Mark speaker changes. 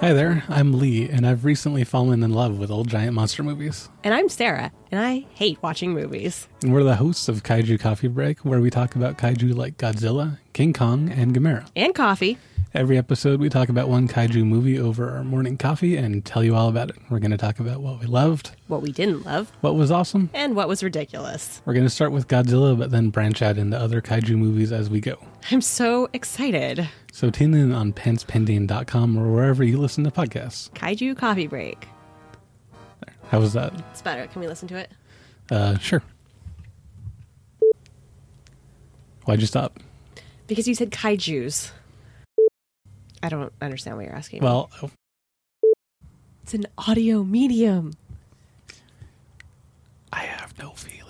Speaker 1: Hi there, I'm Lee, and I've recently fallen in love with old giant monster movies.
Speaker 2: And I'm Sarah, and I hate watching movies.
Speaker 1: And we're the hosts of Kaiju Coffee Break, where we talk about kaiju like Godzilla, King Kong, and Gamera.
Speaker 2: And coffee.
Speaker 1: Every episode, we talk about one kaiju movie over our morning coffee and tell you all about it. We're going to talk about what we loved,
Speaker 2: What we didn't love,
Speaker 1: what was awesome.
Speaker 2: and what was ridiculous.
Speaker 1: We're going to start with Godzilla, but then branch out into other kaiju movies as we go.
Speaker 2: I'm so excited.
Speaker 1: So tune in on pantspendian.com or wherever you listen to podcasts.
Speaker 2: Kaiju coffee break.
Speaker 1: How was that?
Speaker 2: It's better. Can we listen to it?
Speaker 1: Uh, sure. Why'd you stop?
Speaker 2: Because you said kaijus. I don't understand what you're asking.
Speaker 1: Well,
Speaker 2: it's an audio medium.
Speaker 1: I have no feelings.